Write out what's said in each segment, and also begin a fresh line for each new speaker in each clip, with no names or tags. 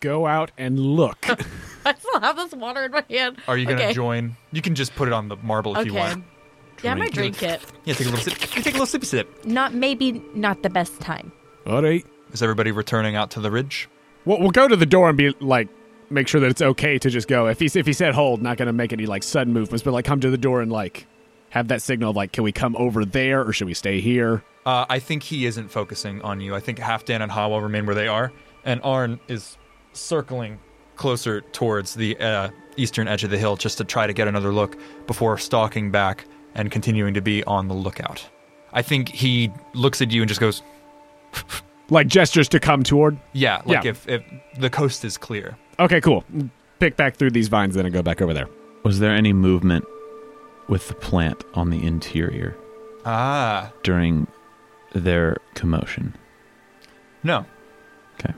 go out and look.
I still have this water in my hand.
Are you gonna
okay.
join? You can just put it on the marble if
Okay.
you want.
Yeah, I might drink it.
Yeah, take a little sip. Take a little sippy sip.
Not maybe not the best time.
All right.
Is everybody returning out to the ridge?
We'll, we'll go to the door and be like, make sure that it's okay to just go. If he if he said hold, not gonna make any like sudden movements, but like come to the door and like have that signal of like, can we come over there or should we stay here?
Uh, I think he isn't focusing on you. I think Halfdan and Hawa remain where they are, and Arn is circling closer towards the uh, eastern edge of the hill just to try to get another look before stalking back and continuing to be on the lookout. I think he looks at you and just goes,
Like gestures to come toward.
"Yeah, like
Yeah.
If, if the coast is clear."
Okay, cool. Pick back through these vines, then and go back over there.
Was there any movement with the plant on the interior
Ah,
during their commotion?
no.
Okay.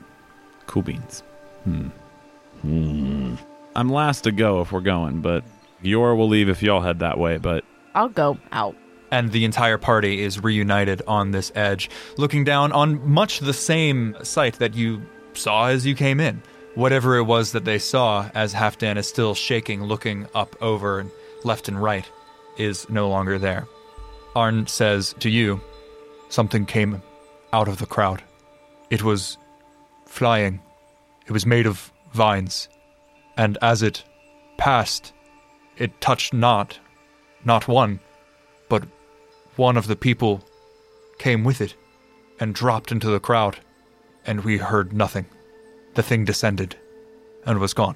Cool beans. Hmm. I'm last to go if we're going, but Yor will leave if y'all head that way, but
I'll go out.
and the entire party is reunited on this edge, looking down on much the same sight that you saw as you came in. Whatever it was that they saw, as Halfdan is still shaking, looking up over and left and right, is no longer there. Arn says to you, Something came out of the crowd. It was flying. It was made of vines. And as it passed, it touched not, not one, but one of the people came with it and dropped into the crowd, and we heard nothing. The thing descended and was gone.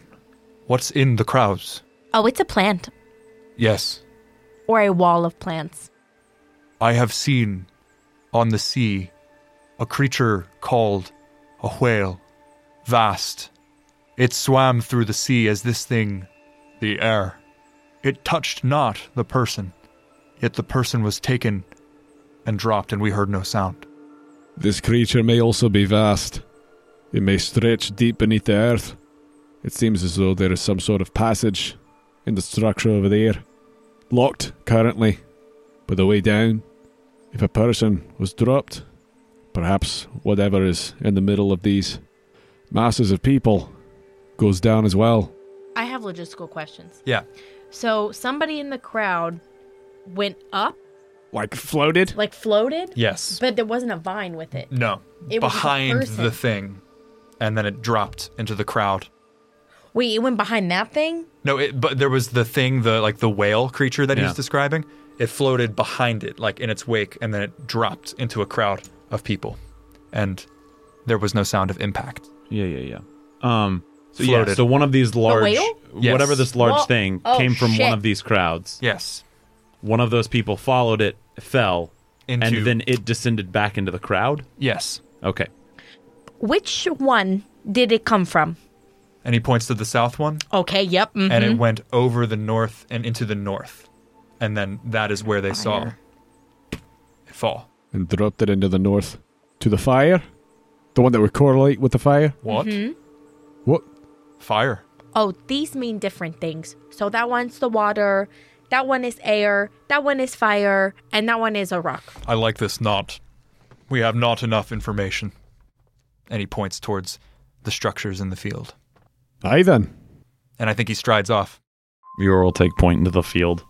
What's in the crowds?
Oh, it's a plant
Yes,
or a wall of plants.
I have seen on the sea a creature called a whale, vast. It swam through the sea as this thing, the air. It touched not the person, yet the person was taken and dropped, and we heard no sound.
This creature may also be vast. It may stretch deep beneath the earth. It seems as though there is some sort of passage in the structure over there. Locked currently, but the way down, if a person was dropped, perhaps whatever is in the middle of these masses of people goes down as well.
I have logistical questions.
Yeah.
So somebody in the crowd went up,
Like floated.
like floated,
Yes.
but there wasn't a vine with it.
No.
It was just a
behind
person.
the thing. And then it dropped into the crowd.
Wait, it went behind that thing?
No, it, but there was the thing, the like the whale creature that he was
Yeah.
describing. It floated behind it, like in its wake, and then it dropped into a crowd of people. And there was no sound of impact.
yeah, yeah, yeah. Um so yeah,
Floated.
so one of these large
whale?
Yes.
whatever this large
Well-
thing
oh,
came from
shit.
one of these crowds.
Yes.
One of those people followed it, fell,
Into-
and then it descended back into the crowd.
Yes.
Okay.
Which one did it come from?
And he points to the south one,
Okay, yep. mhm.
and it went over the north and into the north. And then that is where they saw it fall.
And dropped it into the north. To the fire? The one that would correlate with the fire?
What?
Mm-hmm.
What?
Fire.
Oh, these mean different things. So that one's the water, that one is air, that one is fire, and that one is a rock.
I like this knot. We have not enough information. And he points towards the structures in the field.
Aye then.
And I think he strides off.
Yor will take point into the field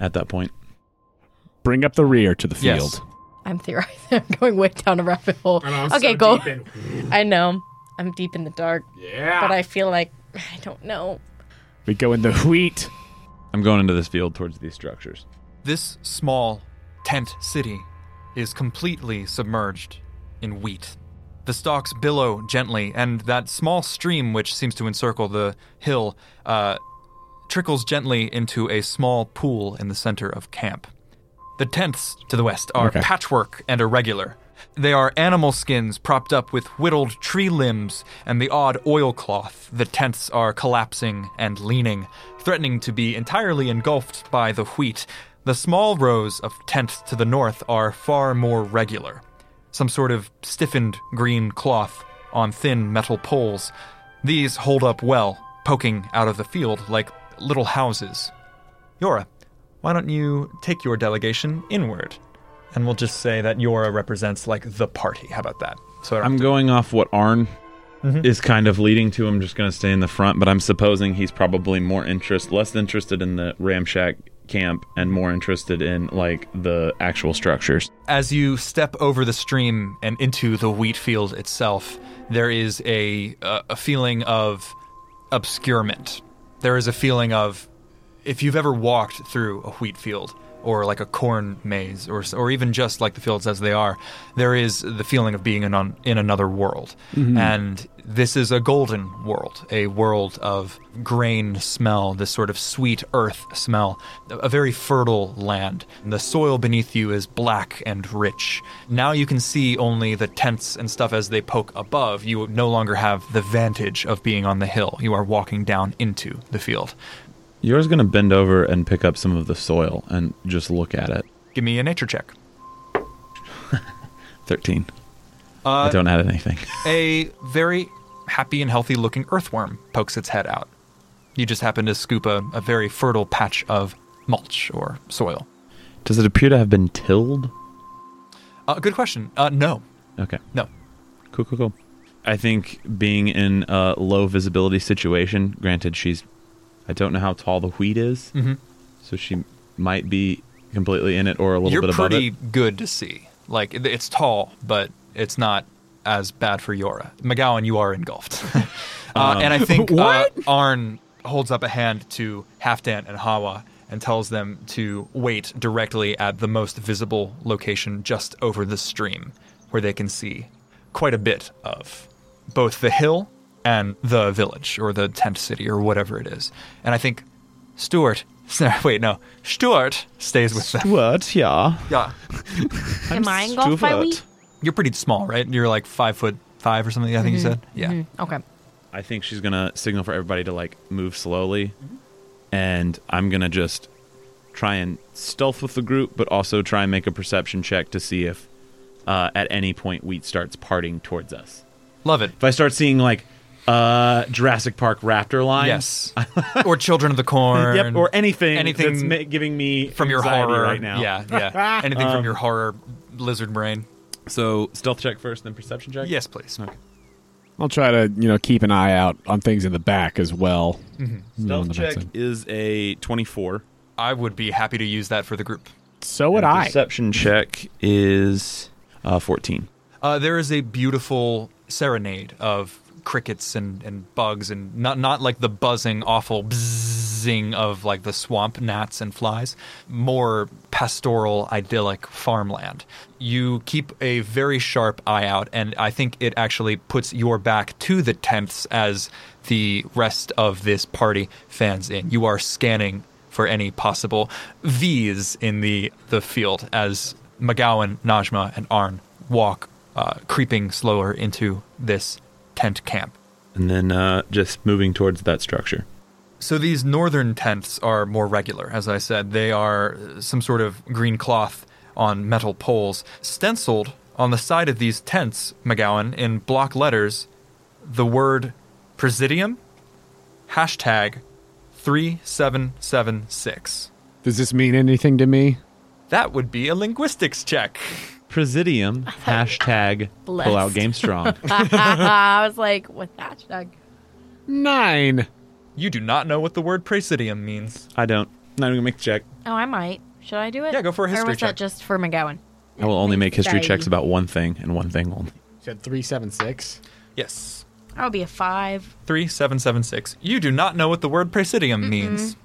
at that point.
Bring up the rear to the field.
Yes.
I'm theorizing. I'm going way down a rabbit hole. okay, go. I know. I'm deep in the dark. Yeah. But I feel like I don't know.
We go in the wheat.
I'm going into this field towards these structures.
This small tent city is completely submerged in wheat. The stalks billow gently, and that small stream which seems to encircle the hill uh, trickles gently into a small pool in the center of camp. The tents to the west are
Okay.
patchwork and irregular. They are animal skins propped up with whittled tree limbs and the odd oilcloth. The tents are collapsing and leaning, threatening to be entirely engulfed by the wheat. The small rows of tents to the north are far more regular. Some sort of stiffened green cloth on thin metal poles. These hold up well, poking out of the field like little houses. Yora, why don't you take your delegation inward? And we'll just say that Yora represents like the party. How about that? So I don't
I'm going off what Arn is kind of leading to. I'm just going to stay in the front, but I'm supposing he's probably more interest, less interested in the ramshack camp, and more interested in like the actual structures.
As you step over the stream and into the wheat field itself, there is a uh, a feeling of obscurement. There is a feeling of if you've ever walked through a wheat field or like a corn maze or or even just like the fields as they are, there is the feeling of being in on, in another world. And this is a golden world, a world of grain smell, this sort of sweet earth smell, a- a very fertile land. The soil beneath you is black and rich. Now you can see only the tents and stuff as they poke above. You no longer have the vantage of being on the hill. You are walking down into the field.
Yours going to bend over and pick up some of the soil and just look at it.
Give me a nature check.
Thirteen.
Uh,
I don't add anything.
a very happy and healthy looking earthworm pokes its head out. You just happen to scoop a, a very fertile patch of mulch or soil.
Does it appear to have been tilled?
Uh, good question. Uh, no,
Okay.
no.
Cool, cool, cool. I think being in a low visibility situation, granted, she's. I don't know how tall the wheat is,
Mhm.
so she might be completely in it or a little
You're
bit above
pretty
it.
good to see. Like it- it's tall, but it's not as bad for Yora. McGowan, you are engulfed, uh,
Um,
and I think uh, Arn holds up a hand to Halfdan and Hawa and tells them to wait directly at the most visible location just over the stream, where they can see quite a bit of both the hill and the village or the tent city or whatever it is. And I think Stuart, wait, no, Stuart stays with them.
What? Yeah.
Yeah.
Am I engulfed by wheat?
You're pretty small, right? You're like five foot five or something, I think you said. Yeah.
Hmm, Okay.
I think she's gonna signal for everybody to like move slowly, and I'm gonna just try and stealth with the group, but also try and make a perception check to see if uh, at any point wheat starts parting towards us.
Love it.
If I start seeing like uh Jurassic Park raptor lines,
Yes. or Children of the Corn.
Yep, or anything,
Anything
that's ma- giving me
From your
anxiety
horror.
right now. Um,
Yeah, yeah. Anything from your horror lizard brain.
So stealth check first, then perception check.
Yes, please.
Okay.
I'll try to, you know, keep an eye out on things in the back as well. You know, on
Stealth
the
check
backside.
is a twenty-four.
I would be happy to use that for the group.
So would I.
Perception check is uh, fourteen.
Uh, there is a beautiful serenade of crickets and, and bugs and not not like the buzzing awful bzzing of like the swamp gnats and flies more pastoral idyllic farmland you keep a very sharp eye out and i think it actually puts your back to the tenths as the rest of this party fans in you are scanning for any possible V's in the, the field as McGowan, Najma, and Arn walk, uh, creeping slower into this tent camp.
and then uh, just moving towards that structure.
So these northern tents are more regular, as I said. They are some sort of green cloth on metal poles. Stenciled on the side of these tents, McGowan, in block letters, the word Presidium, hashtag 3776.
Does this mean anything to me?
That would be a linguistics check.
Presidium hashtag
Blessed.
pull out game strong.
I was like, with that hashtag.
Nine.
You do not know what the word praesidium means.
I don't. Not even gonna make the check.
Oh, I might. Should I do it?
Yeah, go for a
Or
history
was
check.
that just for McGowan?
I will only make history
Sorry.
checks about one thing and one thing only.
Said three seven six.
Yes.
That would be a five.
3776. You do not know what the word praesidium means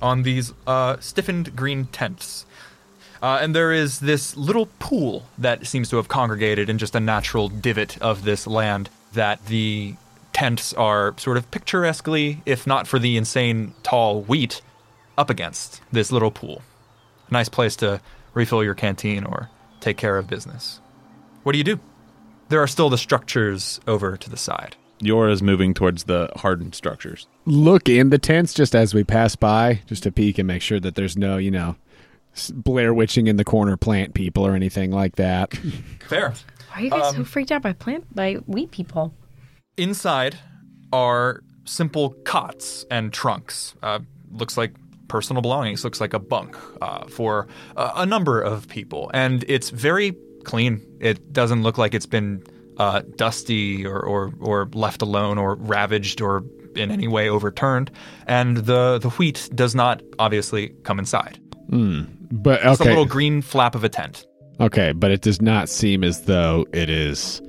on these uh, stiffened green tents. Uh, and there is this little pool that seems to have congregated in just a natural divot of this land that the tents are sort of picturesquely, if not for the insane tall wheat, up against this little pool. Nice place to refill your canteen or take care of business. What do you do? There are still the structures over to the side.
Yor is moving towards the hardened structures.
Look in the tents just as we pass by, just to peek and make sure that there's no, you know, s- Blair witching in the corner plant people or anything like that.
Fair.
Why are you guys so
Um,
freaked out by plant by wheat people?
Inside are simple cots and trunks. Uh, looks like personal belongings. Looks like a bunk uh, for a, a number of people, and it's very clean. It doesn't look like it's been uh, dusty or, or, or left alone or ravaged or in any way overturned. And the, the wheat does not obviously come inside.
But
It's a
okay,
little green flap of a tent.
okay, but it does not seem as though it is.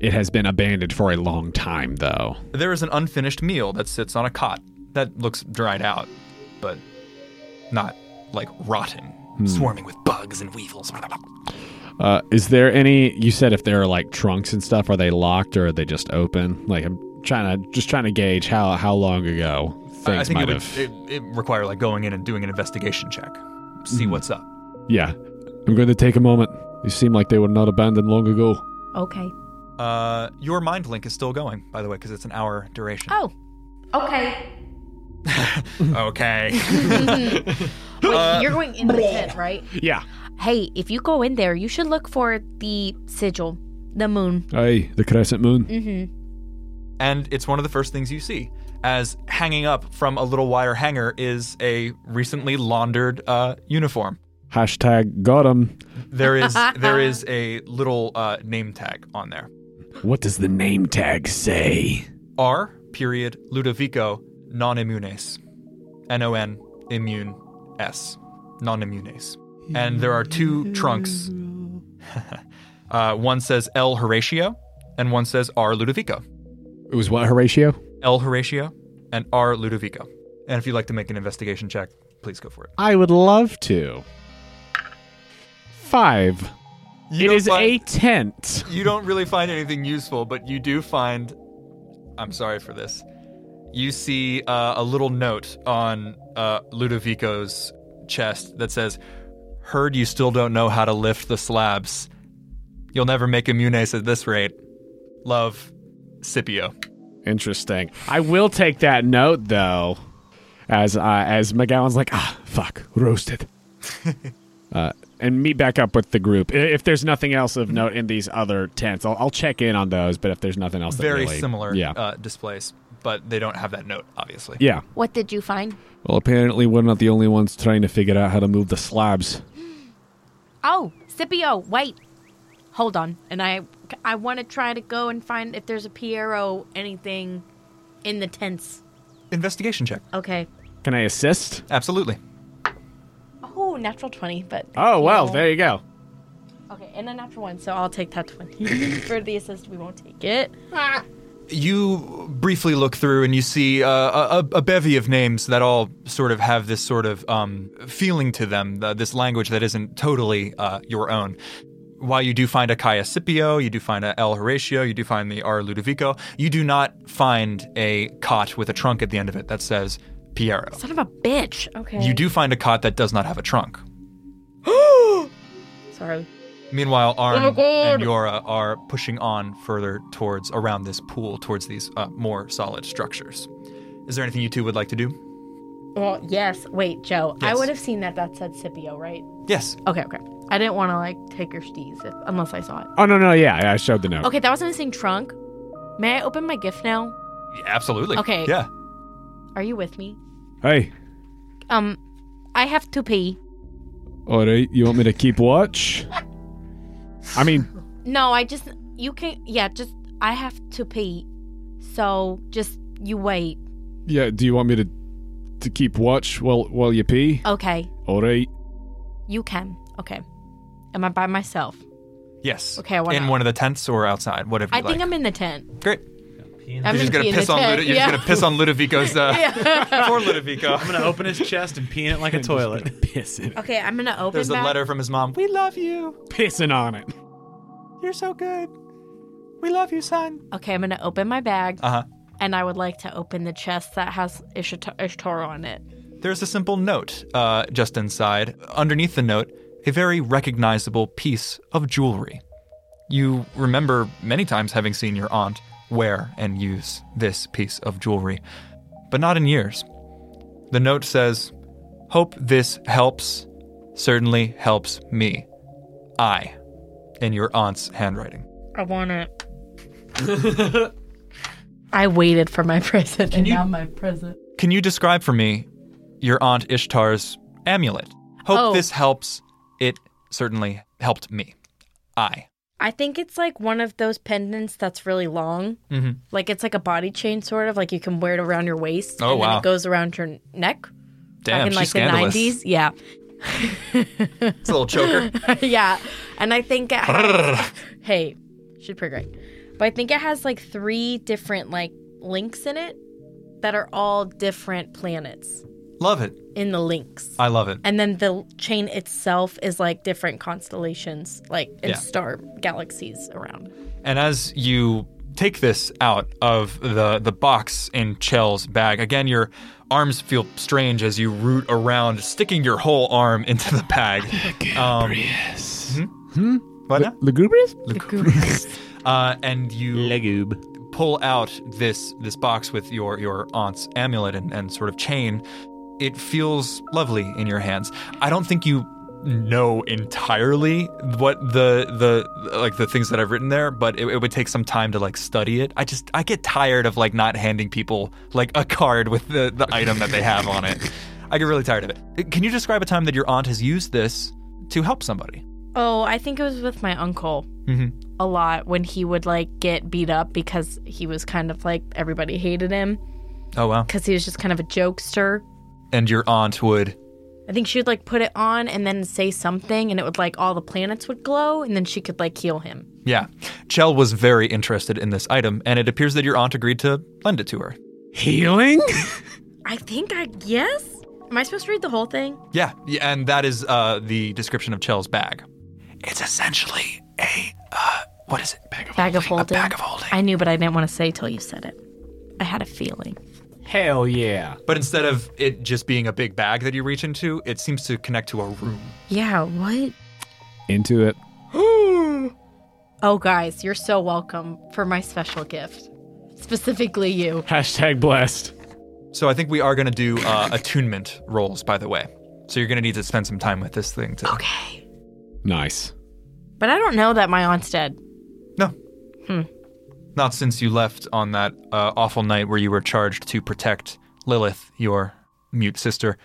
It has been abandoned for a long time, though.
There is an unfinished meal that sits on a cot that looks dried out, but not like rotten,
Hmm.
swarming with bugs and weevils.
Uh, is there any? You said if there are like trunks and stuff, are they locked or are they just open? Like I'm trying to just trying to gauge how how long ago things
I think
might
it would
have.
it, it require like going in and doing an investigation check, see
Hmm.
what's up.
yeah, I'm going to take a moment. These seem like they were not abandoned long ago.
Okay.
Uh, your mind link is still going, by the way, because it's an hour duration.
Oh. Okay.
Okay.
Wait,
Uh,
you're going in the tent, right?
Yeah.
Hey, if you go in there, you should look for the sigil, the moon.
Aye, the crescent moon.
and it's one of the first things you see as hanging up from a little wire hanger is a recently laundered uh, uniform.
Hashtag got 'em.
There is there is a little uh, name tag on there.
What does the name tag say?
R period Ludovico non immunes. N O N immune S. Non immunes. And there are two trunks. uh, one says L Horatio and one says R Ludovico.
It was what Horatio?
L Horatio and R Ludovico. And if you'd like to make an investigation check, please go for it.
I would love to. Five.
You
it
don't
is
find-
a tent.
You don't really find anything useful, but you do find. I'm sorry for this. You see uh, a little note on uh, Ludovico's chest that says, "Heard you still don't know how to lift the slabs. You'll never make immunes at this rate. Love, Scipio."
Interesting. I will take that note though, as uh, as McGowan's like, ah, fuck, roasted. uh, and meet back up with the group I- if there's nothing else of note in these other tents. I'll, I'll check in on those, but if there's nothing else, that
Very
really-
similar
Yeah,
uh, displays, but they don't have that note, obviously.
yeah.
What did you find?
Well, apparently we're not the only ones trying to figure out how to move the slabs.
Oh, Scipio, wait. Hold on. And I I want to try to go and find if there's a Piero anything in the tents.
Investigation check.
Okay.
Can I assist?
Absolutely.
Oh, natural 20, but.
Oh well, there you go.
Okay, and a natural one, so I'll take that 20. For the assist, we won't take it.
you briefly look through and you see uh, a, a bevy of names that all sort of have this sort of um, feeling to them, uh, this language that isn't totally uh, your own. While you do find a Caius Scipio, you do find a L Horatio, you do find the R Ludovico, you do not find a cot with a trunk at the end of it that says Piero.
Son of a bitch.
Okay.
You do find a cot that does not have a trunk.
Sorry.
Meanwhile, Arn
my God.
and Yora are pushing on further towards around this pool, towards these uh, more solid structers. Is there anything you two would like to do?
Well, yes. Wait, Joe. I
Yes.
would have seen that. That said Scipio, right?
Yes.
Okay, okay. I didn't want to, like, take your steez if, unless I saw it.
Oh no, no, yeah, yeah, I showed the note.
Okay, that was a missing trunk. May I open my gift now?
Yeah, absolutely.
Okay.
Yeah.
Are you with me?
Hey,
Um, I have to pee.
all right, you want me to keep watch?
I mean,
No, I just you can yeah, just I have to pee. So just you wait.
Yeah, do you want me to to keep watch while while you pee?
Okay,
All right.
you can. Okay. Am I by myself?
Yes.
Okay, I wanna-
In one of the tents or outside, whatever
I
you
think
like.
I'm in the tent.
Great.
I'm
You're just gonna
pee in the
piss on
tent.
Ludo- you're
yeah.
just gonna piss on Ludovico's uh, poor Ludovico.
I'm gonna open his chest and pee in it like a toilet.
piss it,
Okay, I'm gonna open
There's a
back.
letter from his mom. We love you.
pissing on it.
You're so good. We love you, son.
Okay, I'm gonna open my bag
Uh huh.
and I would like to open the chest that has Ishtar- Ishtar on it.
There's a simple note uh, just inside. Underneath the note, a very recognizable piece of jewelry. You remember many times having seen your aunt wear and use this piece of jewelry, but not in years. The note says, Hope this helps. Certainly helps me. I. In your aunt's handwriting.
I want it. I waited for my present, and now my present.
Can you describe for me your aunt Ishtar's amulet? Hope
Oh.
this helps. It certainly helped me. I.
I think it's like one of those pendants that's really long. Mm-hmm. Like it's like a body chain, sort of. Like you can wear it around your waist.
Oh,
and then
wow.
it goes around your neck.
Damn,
back in
she's
like
scandalous.
the 90s. Yeah.
It's a little choker.
yeah. And I think it has, hey, should pretty great. But I think it has like three different like links in it that are all different planets
love it.
in the links.
I love it.
And then the chain itself is like different constellations, like and
Yeah.
star galaxies around.
And as you take this out of the the box in Chell's bag, again your arms feel strange as you root around, sticking your whole arm into the bag. Um, Hmm? What? now?
Lugubrious?
Uh, and you
Legoob.
pull out this this box with your your aunt's amulet and, and sort of chain, it feels lovely in your hands. I don't think you know entirely what the the like the things that I've written there, but it, it would take some time to like study it. I just I get tired of like not handing people like a card with the the item that they have on it. I get really tired of it. Can you describe a time that your aunt has used this to help somebody?
Oh, I think it was with my uncle a lot when he would like get beat up because he was kind of like everybody hated him
Oh wow!
because he was just kind of a jokester.
And your aunt would
I think she would like put it on and then say something, and it would like all the planets would glow, and then she could like heal him.
Yeah. Chell was very interested in this item, and it appears that your aunt agreed to lend it to her.
Healing?
I think I yes. Am I supposed to read the whole thing?
Yeah, yeah, and that is uh, the description of Chell's bag. It's essentially a, uh, what is it? Bag of
Bag of holding.
bag of holding.
I knew, but I didn't want to say till you said it. I had a feeling.
Hell yeah.
But instead of it just being a big bag that you reach into, it seems to connect to a room.
Yeah. What?
Into it.
Oh, guys, you're so welcome for my special gift, specifically you.
Hashtag blessed.
So I think we are going to do uh, attunement rolls, by the way. So you're going to need to spend some time with this thing to.
Okay.
Nice.
But I don't know that my aunt's dead.
No. Not since you left on that uh, awful night where you were charged to protect Lilith, your mute sister,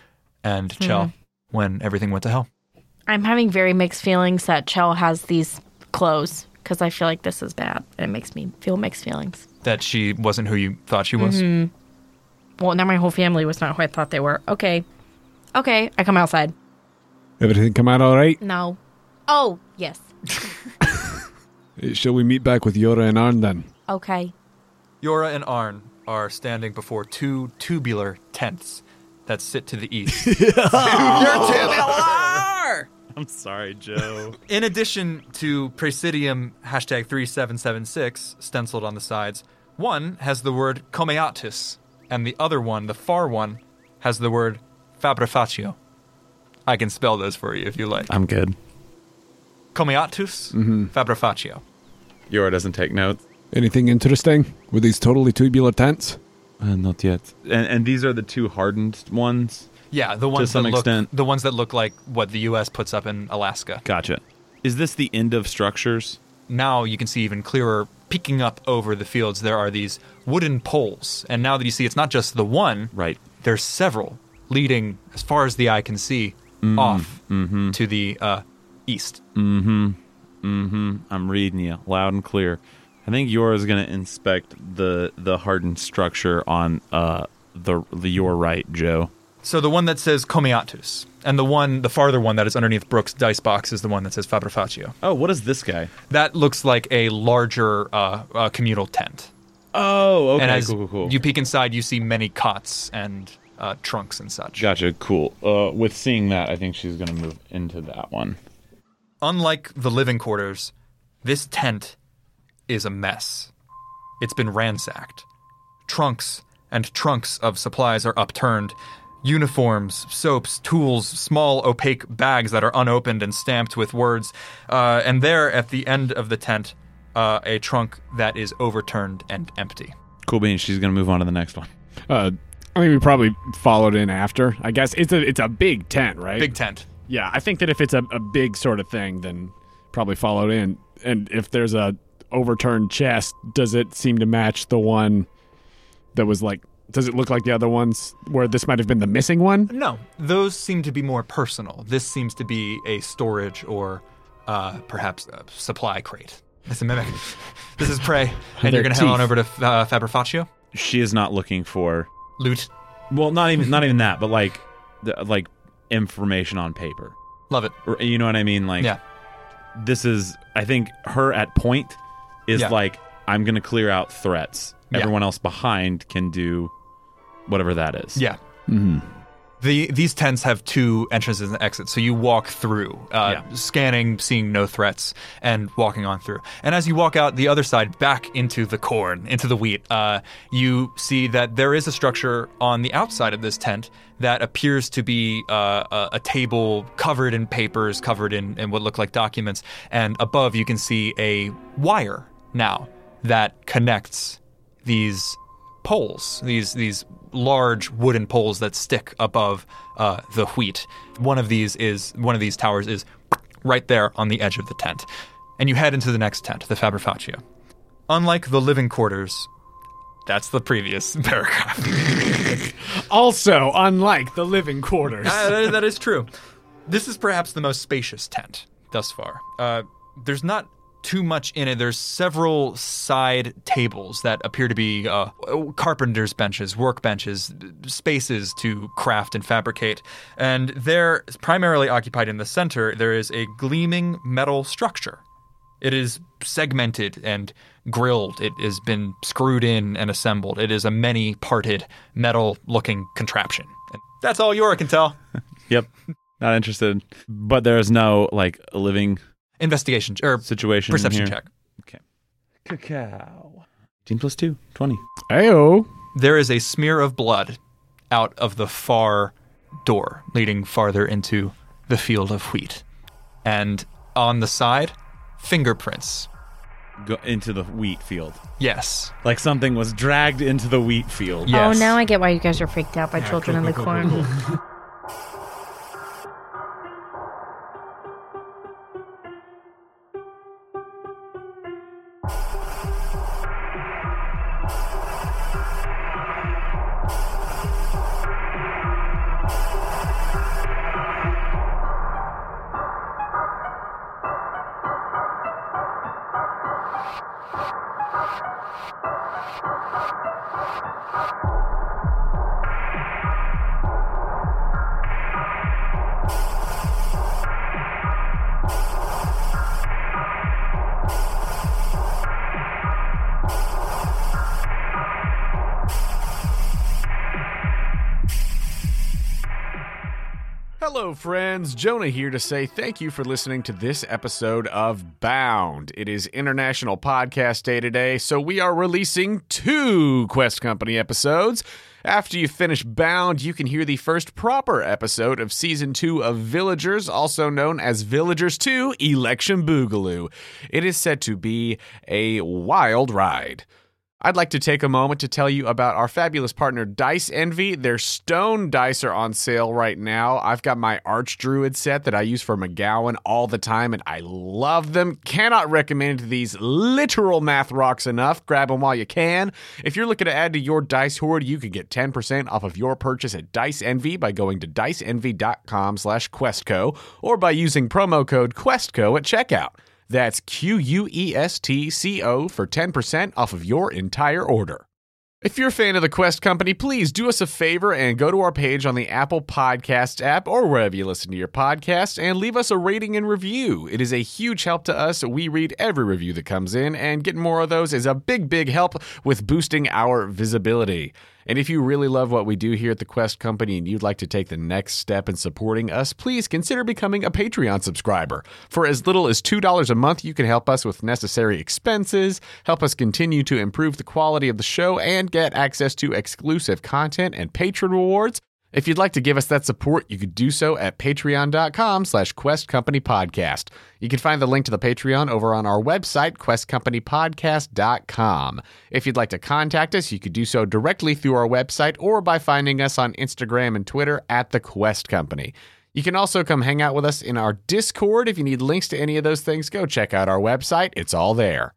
and Chell when everything went to hell.
I'm having very mixed feelings that Chell has these clothes because I feel like this is bad. and It makes me feel mixed feelings.
That she wasn't who you thought she was.
Well, now my whole family was not who I thought they were. Okay. Okay. I come outside.
Everything come out all right?
No. Oh, yes.
Shall we meet back with Yora and Arn then?
Okay.
Yora and Arn are standing before two tubular tents that sit to the east. You're tubular!
I'm sorry, Joe.
In addition to Presidium hashtag 3776 stenciled on the sides, one has the word comeatus, and the other one, the far one, has the word fabrifatio. I can spell those for you if you like.
I'm good.
Comeatus,
Mm-hmm.
fabrifatio.
Yora doesn't take notes.
Anything interesting with these totally tubular tents?
Uh, not yet. And, and these are the two hardened ones.
Yeah, the ones
some
that look,
extent.
the ones that look like what the U.S. puts up in Alaska.
Gotcha. Is this the end of structures?
now you can see even clearer peeking up over the fields there are these wooden poles and now that you see it's not just the one
Right.
there's several leading as far as the eye can see
Mm,
off
mm-hmm.
to the uh, east
I'm reading you loud and clear. I think Yora's going to inspect the the hardened structure on uh the the your right, Joe.
so the one that says comiatus and the one the farther one that is underneath brooks dice box is the one that says fabrifatio
Oh, what is this guy?
that looks like a larger uh, uh, communal tent
Oh, okay.
and as
cool, cool, cool.
you peek inside you see many cots and uh, trunks and such
gotcha. Cool. Uh, with seeing that, I think she's going to move into that one.
unlike the living quarters, this tent is a mess. It's been ransacked. Trunks and trunks of supplies are upturned. Uniforms, soaps, tools, small opaque bags that are unopened and stamped with words. Uh, and there at the end of the tent, uh, a trunk that is overturned and empty.
Cool beans. She's going to move on to the next one.
Uh, I think we probably followed in after. I guess it's a it's a big tent, right?
Big tent.
Yeah, I think that if it's a, a big sort of thing, then probably followed in. And if there's a overturned chest, does it seem to match the one that was like? Does it look like the other ones where this might have been the missing one?
No, those seem to be more personal. This seems to be a storage or uh, perhaps a supply crate. That's a mimic. this is prey, and you're gonna head on over to uh, Fabrifacio.
She is not looking for
Loot,
well, not even not even that, but like the, like information on paper.
love it.
Or, you know what I mean? Like
Yeah,
this is I think her at point is
Yeah.
like I'm going to clear out threats.
Yeah.
Everyone else behind can do whatever that is.
yeah.
Mm-hmm.
The these tents have two entrances and exits, so you walk through, uh,
Yeah.
scanning, seeing no threats, and walking on through. And as you walk out the other side, back into the corn, into the wheat, uh, you see that there is a structure on the outside of this tent that appears to be uh, a, a table covered in papers, covered in, in what look like documents, and above you can see a wire now that connects these poles, these these large wooden poles that stick above uh, the wheat. One of these is one of these towers is right there on the edge of the tent, and you head into the next tent, the Fabrifacio. Unlike the living quarters, that's the previous paragraph.
Also, unlike the living quarters.
Uh, that- that is true. This is perhaps the most spacious tent thus far. Uh, there's not too much in it. There's several side tables that appear to be uh, carpenter's benches, workbenches, spaces to craft and fabricate. And there, primarily occupied in the center, there is a gleaming metal structure. It is segmented and grilled. It has been screwed in and assembled. It is a many parted metal looking contraption. And that's all Yora can tell.
Yep. Not interested. But there's no like living
Investigation or
situation in
perception
here.
check.
Cacao. 18 plus 2, 20.
Ayo.
There is a smear of blood out of the far door leading farther into the field of wheat. And on the side, fingerprints.
Go into the wheat field.
Yes.
Like something was dragged into the wheat field.
Yes.
Oh, now I get why you guys are freaked out by children in the corn.
Hello, friends. Jonah here to say thank you for listening to this episode of Bound. It is International Podcast Day today, so we are releasing two Quest Company episodes. After you finish Bound, you can hear the first proper episode of Season 2 of Villagers, also known as Villagers 2 Election Boogaloo. It is said to be a wild ride. I'd like to take a moment to tell you about our fabulous partner Dice Envy. Their stone dice are on sale right now. I've got my Archdruid set that I use for McGowan all the time, and I love them. Cannot recommend these literal math rocks enough. Grab them while you can. If you're looking to add to your dice hoard, you can get 10% off of your purchase at Dice Envy by going to diceenvy.com slash questco or by using promo code questco at checkout. That's Q U E S T C O for 10% off of your entire order. If you're a fan of the Quest Company, please do us a favor and go to our page on the Apple Podcast app or wherever you listen to your podcast and leave us a rating and review. It is a huge help to us. We read every review that comes in, and getting more of those is a big, big help with boosting our visibility. And if you really love what we do here at the Quest Company and you'd like to take the next step in supporting us, please consider becoming a Patreon subscriber. For as little as $2 a month, you can help us with necessary expenses, help us continue to improve the quality of the show, and get access to exclusive content and patron rewards. If you'd like to give us that support, you could do so at patreon.com slash quest company podcast. You can find the link to the Patreon over on our website, questcompanypodcast.com. If you'd like to contact us, you could do so directly through our website or by finding us on Instagram and Twitter at The Quest Company. You can also come hang out with us in our Discord. If you need links to any of those things, go check out our website. It's all there.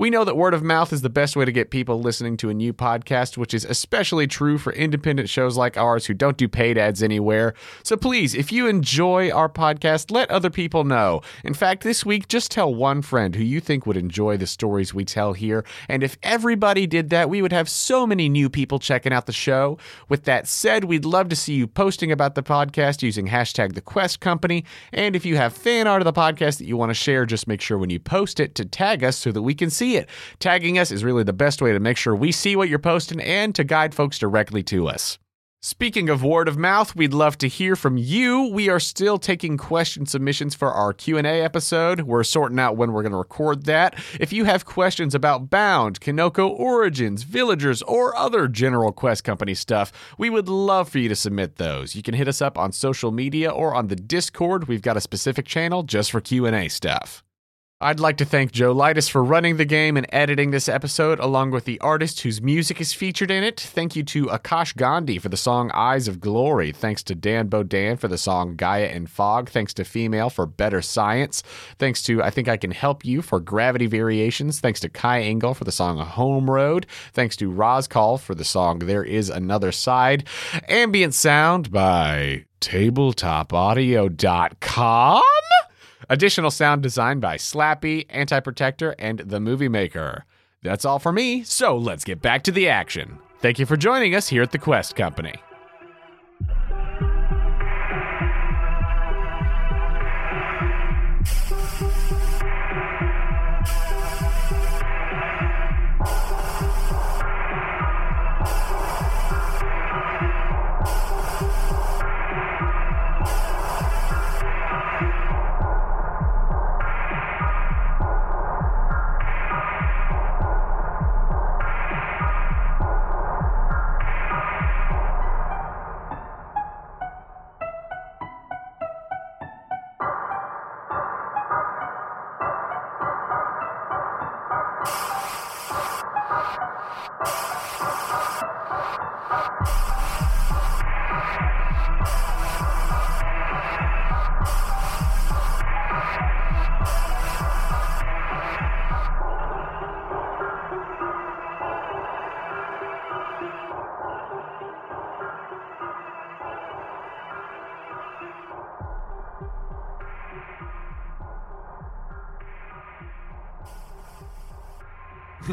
We know that word of mouth is the best way to get people listening to a new podcast, which is especially true for independent shows like ours who don't do paid ads anywhere. So please, if you enjoy our podcast, let other people know. In fact, this week, just tell one friend who you think would enjoy the stories we tell here. And if everybody did that, we would have so many new people checking out the show. With that said, we'd love to see you posting about the podcast using hashtag the Quest Company. And if you have fan art of the podcast that you want to share, just make sure when you post it to tag us so that we can see it. Tagging us is really the best way to make sure we see what you're posting and to guide folks directly to us. Speaking of word of mouth, we'd love to hear from you. We are still taking question submissions for our Q&A episode. We're sorting out when we're going to record that. If you have questions about Bound, Kinoko Origins, Villagers, or other general Quest Company stuff, we would love for you to submit those. You can hit us up on social media or on the Discord. We've got a specific channel just for Q&A stuff. I'd like to thank Joe Lightus for running the game and editing this episode, along with the artist whose music is featured in it. Thank you to Akash Gandhi for the song Eyes of Glory. Thanks to Dan Bodan for the song Gaia and Fog. Thanks to Female for Better Science. Thanks to I Think I Can Help You for Gravity Variations. Thanks to Kai Engel for the song Home Road. Thanks to Rozcall for the song There Is Another Side. Ambient sound by tabletopaudio.com. Additional sound design by Slappy, Anti Protector, and The Movie Maker. That's all for me, so let's get back to the action. Thank you for joining us here at the Quest Company.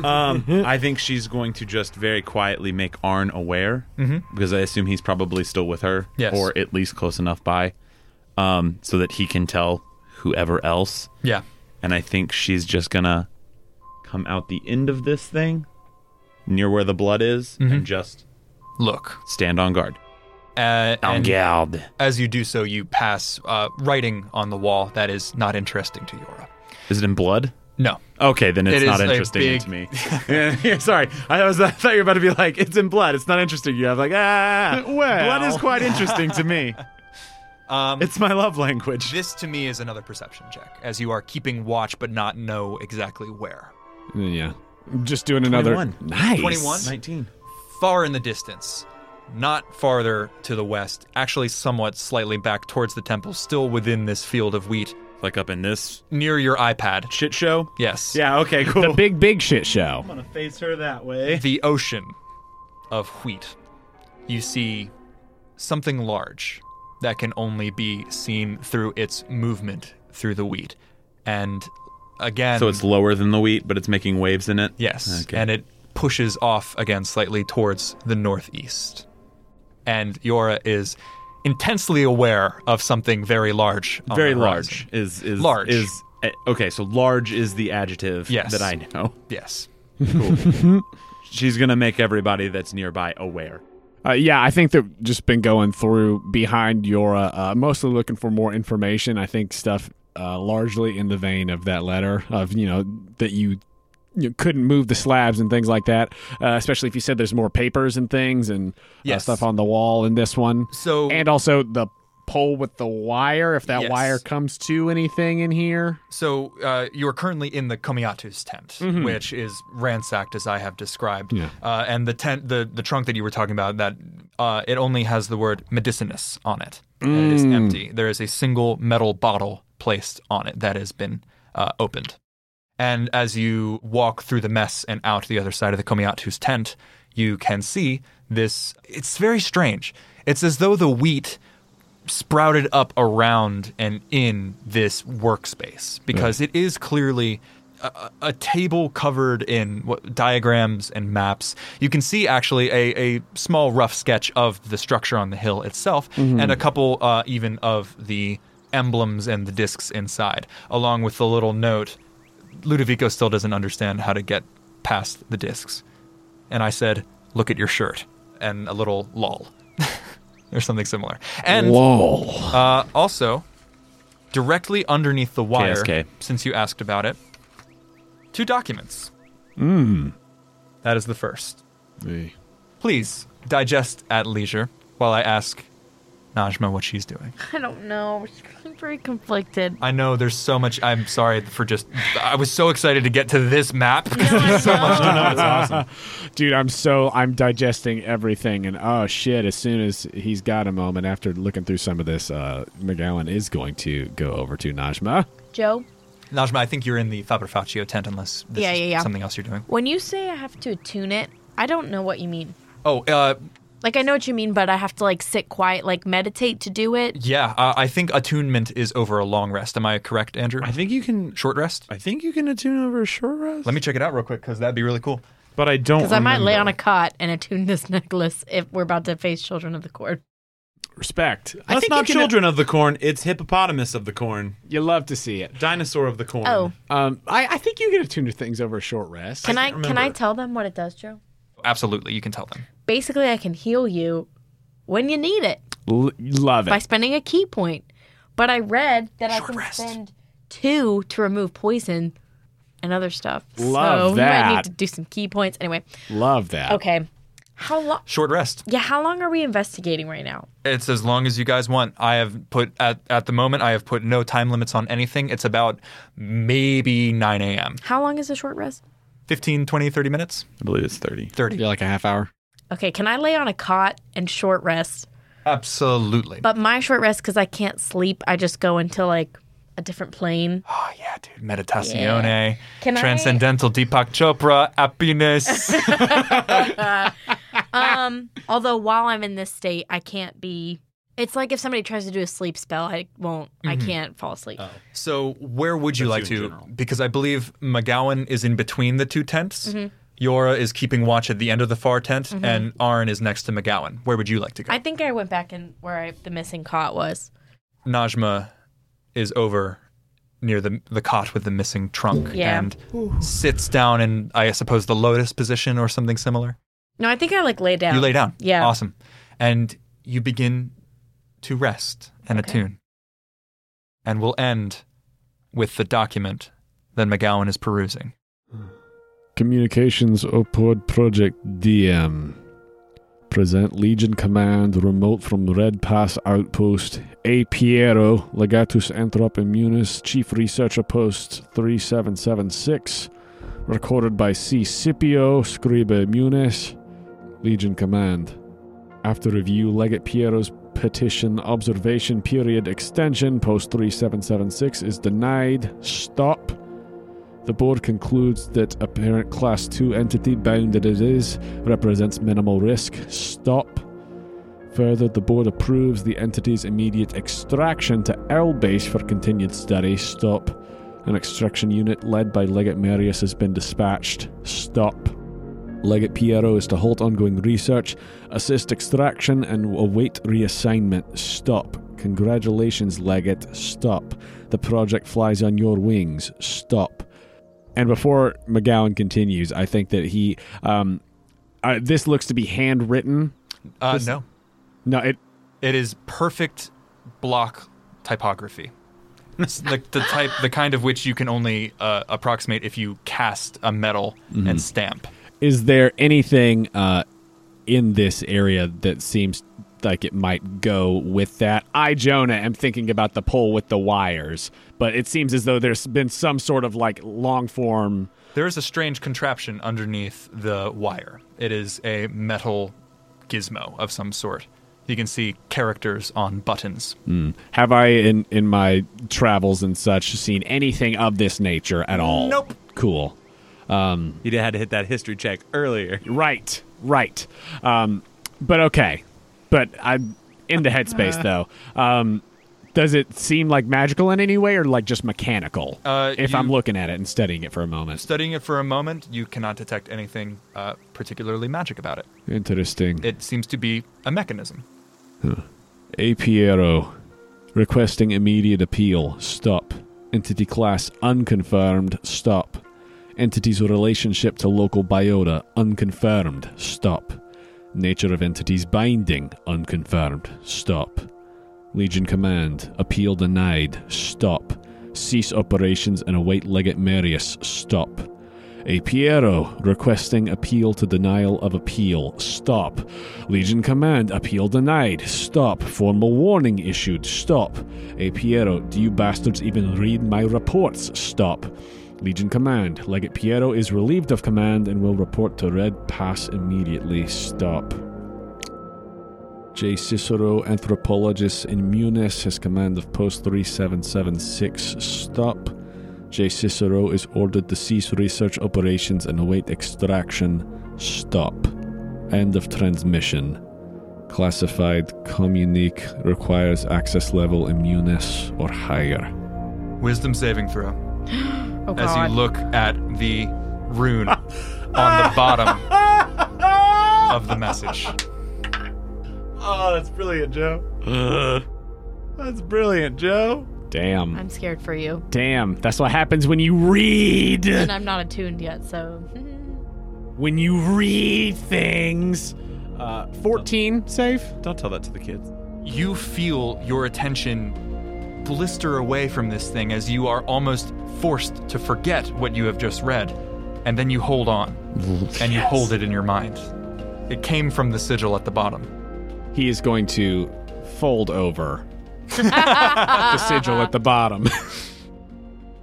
Um, I think she's going to just very quietly make Arn aware because I assume he's probably still with her
Mm-hmm. Yes.
or at least close enough by um, so that he can tell whoever else.
Yeah.
And I think she's just going to come out the end of this thing near where the blood is
Mm-hmm.
and just
Look.
stand on guard.
Uh,
Oh,
and
guard.
as you do so, you pass uh, writing on the wall that is not interesting to Yora.
Is it in blood?
No.
Okay, then it's
It is
not
a
interesting
big-
to me. Yeah, Sorry, I, was, I thought you were about to be like, it's in blood. It's not interesting. You have like, ah, blood is quite interesting to me.
Um,
It's my love language.
This to me is another perception check, as you are keeping watch but not know exactly where.
Yeah. Just doing another.
21.
Nice.
21?
19.
Far in the distance, not farther to the west, actually somewhat slightly back towards the temple, still within this field of wheat,
Like up in this
near your iPad.
shit show?
Yes.
Yeah, okay, cool.
The big, big shit show.
I'm gonna face her that way.
The ocean of wheat. You see something large that can only be seen through its movement through the wheat. And again,
So it's lower than the wheat, but it's making waves in it?
Yes.
Okay.
And it pushes off again slightly towards the northeast. And Yora is intensely aware of something very large. on
Very
the horizon.
large is, is
Large.
is eh, okay. So large is the adjective
Yes.
that I know.
Yes.
She's gonna make everybody that's nearby aware.
Uh, yeah, I think they've just been going through behind Yora, uh, mostly looking for more information. I think stuff uh, largely in the vein of that letter of you know that you you couldn't move the slabs and things like that, uh, especially if you said there's more papers and things and uh,
Yes.
stuff on the wall in this one,
So
and also the pole with the wire. If that
Yes.
wire comes to anything in here,
so uh, you're currently in the Komiyatu's tent, which is ransacked as I have described. Uh, and the tent, the, the trunk that you were talking about, that uh, it only has the word medicinus on it. And it is empty. There is a single metal bottle placed on it that has been uh, opened. And as you walk through the mess and out the other side of the Komiatu's tent, you can see this. It's very strange. It's as though the wheat sprouted up around and in this workspace because it is clearly a, a- a table covered in what, diagrams and maps. You can see actually a, a small rough sketch of the structure on the hill itself and a couple uh, even of the emblems and the discs inside, along with the little note Ludovico still doesn't understand how to get past the discs. And I said, Look at your shirt. And a little lol. or something similar. And
Lol.
uh, also, directly underneath the wire,
KSK.
since you asked about it, two documents.
Hmm.
Mm. That is the first. Please digest at leisure while I ask Najma what she's doing.
I don't know. I'm very conflicted.
I know there's so much. I'm sorry for just. I was so excited to get to this map.
Dude, I'm so I'm digesting everything, and oh shit! As soon as he's got a moment after looking through some of this, uh, McGowan is going to go over to Najma.
Joe,
Najma, I think you're in the Faberfaccio tent unless this
Yeah,
is
yeah, yeah.
something else you're doing.
when you say I have to attune it, I don't know what you mean.
Oh, uh,
Like I know what you mean, but I have to like sit quiet, like meditate to do it.
yeah. Uh, I think attunement is over a long rest. Am I correct, Andrew?
I think you can.
Short rest?
I think you can attune over a short rest.
Let me check it out real quick because that'd be really cool.
But I don't.
Because I might lay on
remember.
a cot and attune this necklace if we're about to face children of the court.
Respect.
That's
think
not
you can-
children of the corn. It's hippopotamus of the corn.
You love to see it.
Dinosaur of the corn.
Oh,
Um, I, I think you get attuned to things over a short rest.
can I, can I
remember.
tell them what it does, Joe?
Absolutely, you can tell them.
Basically, I can heal you when you need it
L- love
by
it.
spending a key point. But I read that I
Short
can
rest.
spend two to remove poison and other stuff.
Love
so we might
that.
need to do some key points anyway.
Love that.
Okay, how long?
Short rest.
Yeah, how long are we investigating right now?
It's as long as you guys want. I have put at at the moment. I have put no time limits on anything. It's about maybe 9 a.m.
How long is a short rest?
15, 20, 30 minutes.
I believe it's thirty.
30.
You're like a half hour.
Okay, can I lay on a cot and short rest?
Absolutely.
But my short rest, because I can't sleep, I just go into like a different plane.
oh yeah, dude. Meditazione.
Can I-
Transcendental Deepak Chopra. Happiness. Ah.
Um, Although while I'm in this state, I can't be. It's like if somebody tries to do a sleep spell, I won't. I
Mm-hmm.
can't fall asleep.
Oh, so where would you like
you in
to?
general.
Because I believe McGowan is in between the two tents.
Mm-hmm.
Yora is keeping watch at the end of the far tent, and Arn is next to McGowan. Where would you like to go?
I think I went back in where I, the missing cot was.
Najma is over near the the cot with the missing trunk
Yeah.
and sits down in I suppose the lotus position or something similar.
No, I think I like lay down.
You lay down.
Yeah.
Awesome. And you begin to rest and attune. And we'll end with the document that McGowan is perusing.
Communications Opod Project DM. Present Legion Command remote from Red Pass Outpost. A. Piero, Legatus Anthropomunis, Chief Researcher Post 3776. Recorded by C. Scipio, Scriba Munis, Legion Command. After review, Legate Piero's petition observation period extension, post 3776, is denied. Stop. The board concludes that apparent Class 2 entity, bound as it is, represents minimal risk. Stop. Further, the board approves the entity's immediate extraction to L Base for continued study. Stop. An extraction unit led by Legate Marius has been dispatched. Stop. Legate Piero is to halt ongoing research, assist extraction, and await reassignment. Stop. Congratulations, Legate. Stop. The project flies on your wings. Stop.
And before McGowan continues, I think that he, um, uh, this looks to be handwritten.
Uh, no.
No, it
It is perfect block typography. It's the, the type, the kind of which you can only uh, approximate if you cast a metal and stamp.
is there anything uh, in this area that seems like it might go with that? I, Jonah, am thinking about the pole with the wires, but it seems as though there's been some sort of like long form.
There is a strange contraption underneath the wire. It is a metal gizmo of some sort. You can see characters on buttons.
Have I, in in my travels and such, seen anything of this nature at all?
Nope.
cool.
You had to hit that history check earlier.
Right, right. Um, but okay. But I'm in the headspace though. Um, does it seem like magical in any way, or like just mechanical?
Uh,
if
you-
I'm looking at it and studying it for a moment,
Studying it for a moment, you cannot detect anything uh, particularly magic about it.
Interesting.
It seems to be a mechanism.
A Piero. Requesting immediate appeal. Stop. Entity class unconfirmed. Stop. Entity's relationship to local biota unconfirmed. Stop. Nature of entity's binding unconfirmed. Stop. Legion command. Appeal denied. Stop. Cease operations and await Legate Marius. Stop. A Piero requesting appeal to denial of appeal. Stop. Legion command appeal denied. Stop. Formal warning issued. Stop. A Piero, do you bastards even read my reports? Stop. Legion command, Legate Piero is relieved of command and will report to Red Pass immediately. Stop. J. Cicero, anthropologist in Munis, has command of post 3776. Stop. J. Cicero is ordered to cease research operations and await extraction. Stop. End of transmission. Classified communique requires access level immunis or higher.
Wisdom saving throw.
Oh
As
god.
you look at the rune on the bottom of the message.
Oh, that's brilliant, Joe. that's brilliant, Joe.
damn,
I'm scared for you.
damn. That's what happens when you read.
And I'm not attuned yet, so.
When you read things. Uh, Fourteen save.
Don't tell that to the kids.
you feel your attention blister away from this thing as you are almost forced to forget what you have just read. And then you hold on, and you hold it in your mind. It came from the sigil at the bottom.
He is going to fold over. the sigil at the bottom.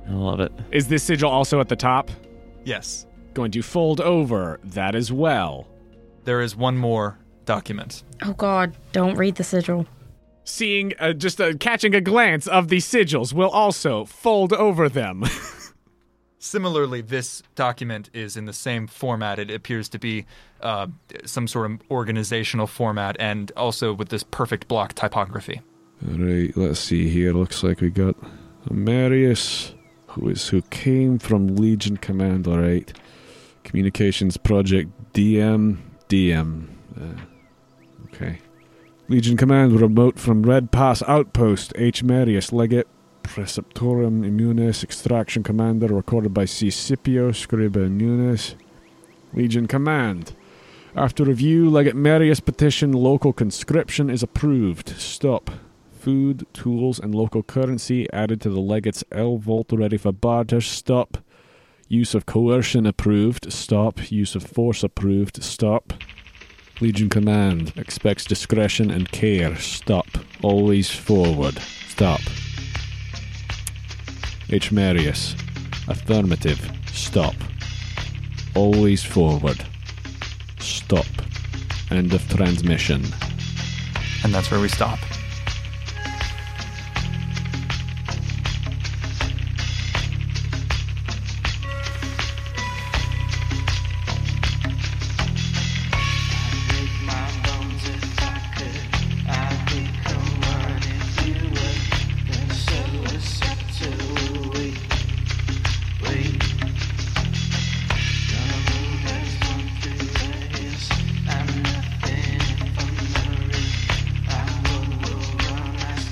I love it.
is this sigil also at the top?
Yes.
Going to fold over that as well.
There is one more document.
Oh god, don't read the sigil.
seeing uh, just uh, catching a glance of the sigils will also fold over them.
Similarly, this document is in the same format. It appears to be uh, some sort of organizational format, and also with this perfect block typography.
Alright, let's see here. Looks like we got a Marius, who is who came from Legion Command, alright. Communications Project DM DM. Uh, okay. Legion Command remote from Red Pass Outpost, H. Marius Legate, Preceptorum Immunis, Extraction Commander, recorded by C. Scipio, Scriba Immunis. Legion Command. After review, Legate Marius petition, local conscription is approved. Stop. Food, tools, and local currency added to the legate's L vault ready for barter. Stop. Use of coercion approved. Stop. Use of force approved. Stop. Legion command expects discretion and care. Stop. Always forward. Stop. H. Marius. Affirmative. Stop. Always forward. Stop. End of transmission.
And that's where we stop.
I'm nothing if I'm not real. I would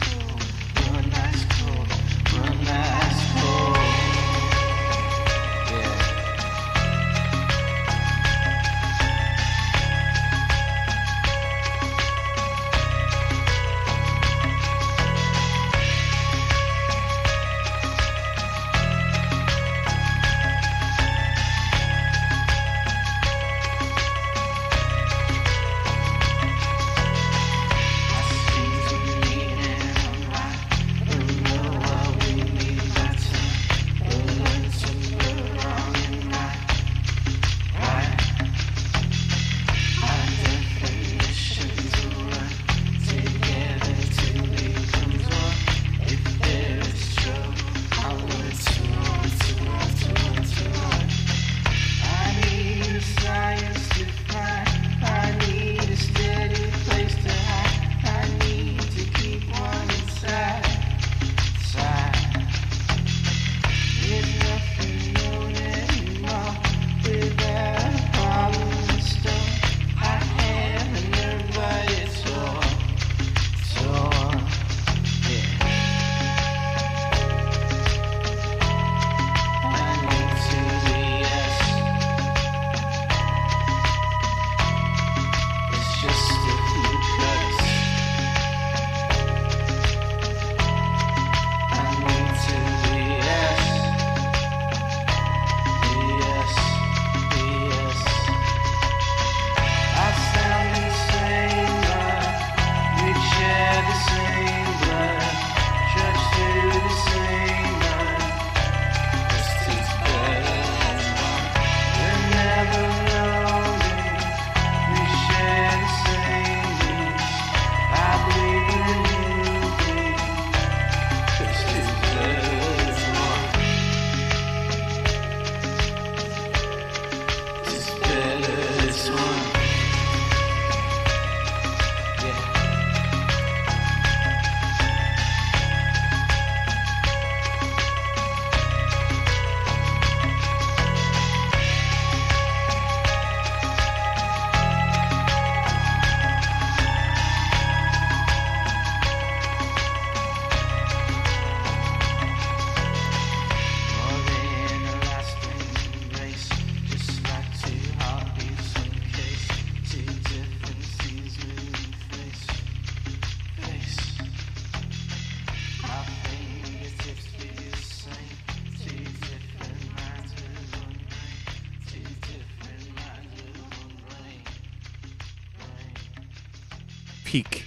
peak.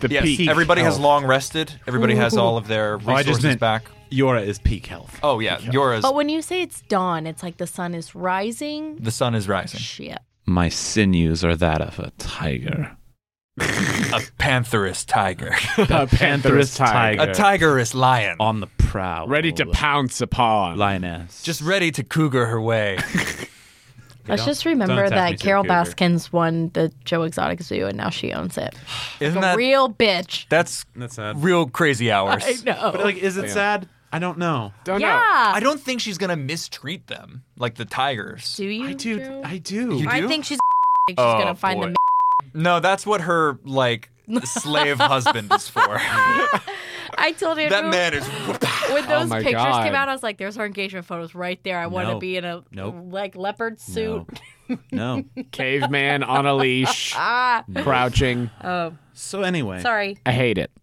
The
Yes,
peak.
everybody has long rested. Everybody has all of their
Oh, I
resources
just meant
back.
Yora is peak health.
Oh yeah, Yora's.
But when you say it's dawn, it's like the sun is rising.
The sun is rising.
Shit.
My sinews are that of a tiger.
A pantherous tiger.
a
pantherous tiger.
a tigerous lion.
On the prowl.
ready to pounce upon.
Lioness.
Just ready to cougar her way.
Let's just
don't
remember
attack me,
that
Sarah
Carol
Cougar.
Baskins won the Joe Exotic Zoo and now she owns it.
Isn't
A
that
real bitch.
that's
That's sad.
real crazy hours?
I know.
But like, is it sad? I don't know.
Don't know.
yeah.
Oh, I don't think she's gonna mistreat them like the tigers.
do you?
I do.
Joe?
I do.
You
I
do?
think she's she's
Oh,
gonna find
boy.
the
No, that's what her like slave husband is for.
I told Andrew
that man is.
when those
my
pictures
God.
came out, I was like, "There's our engagement photos right there. I want to
No.
be in a
Nope.
like leopard suit."
No. no.
Caveman on a leash, crouching.
Oh,
So anyway,
sorry.
I hate it.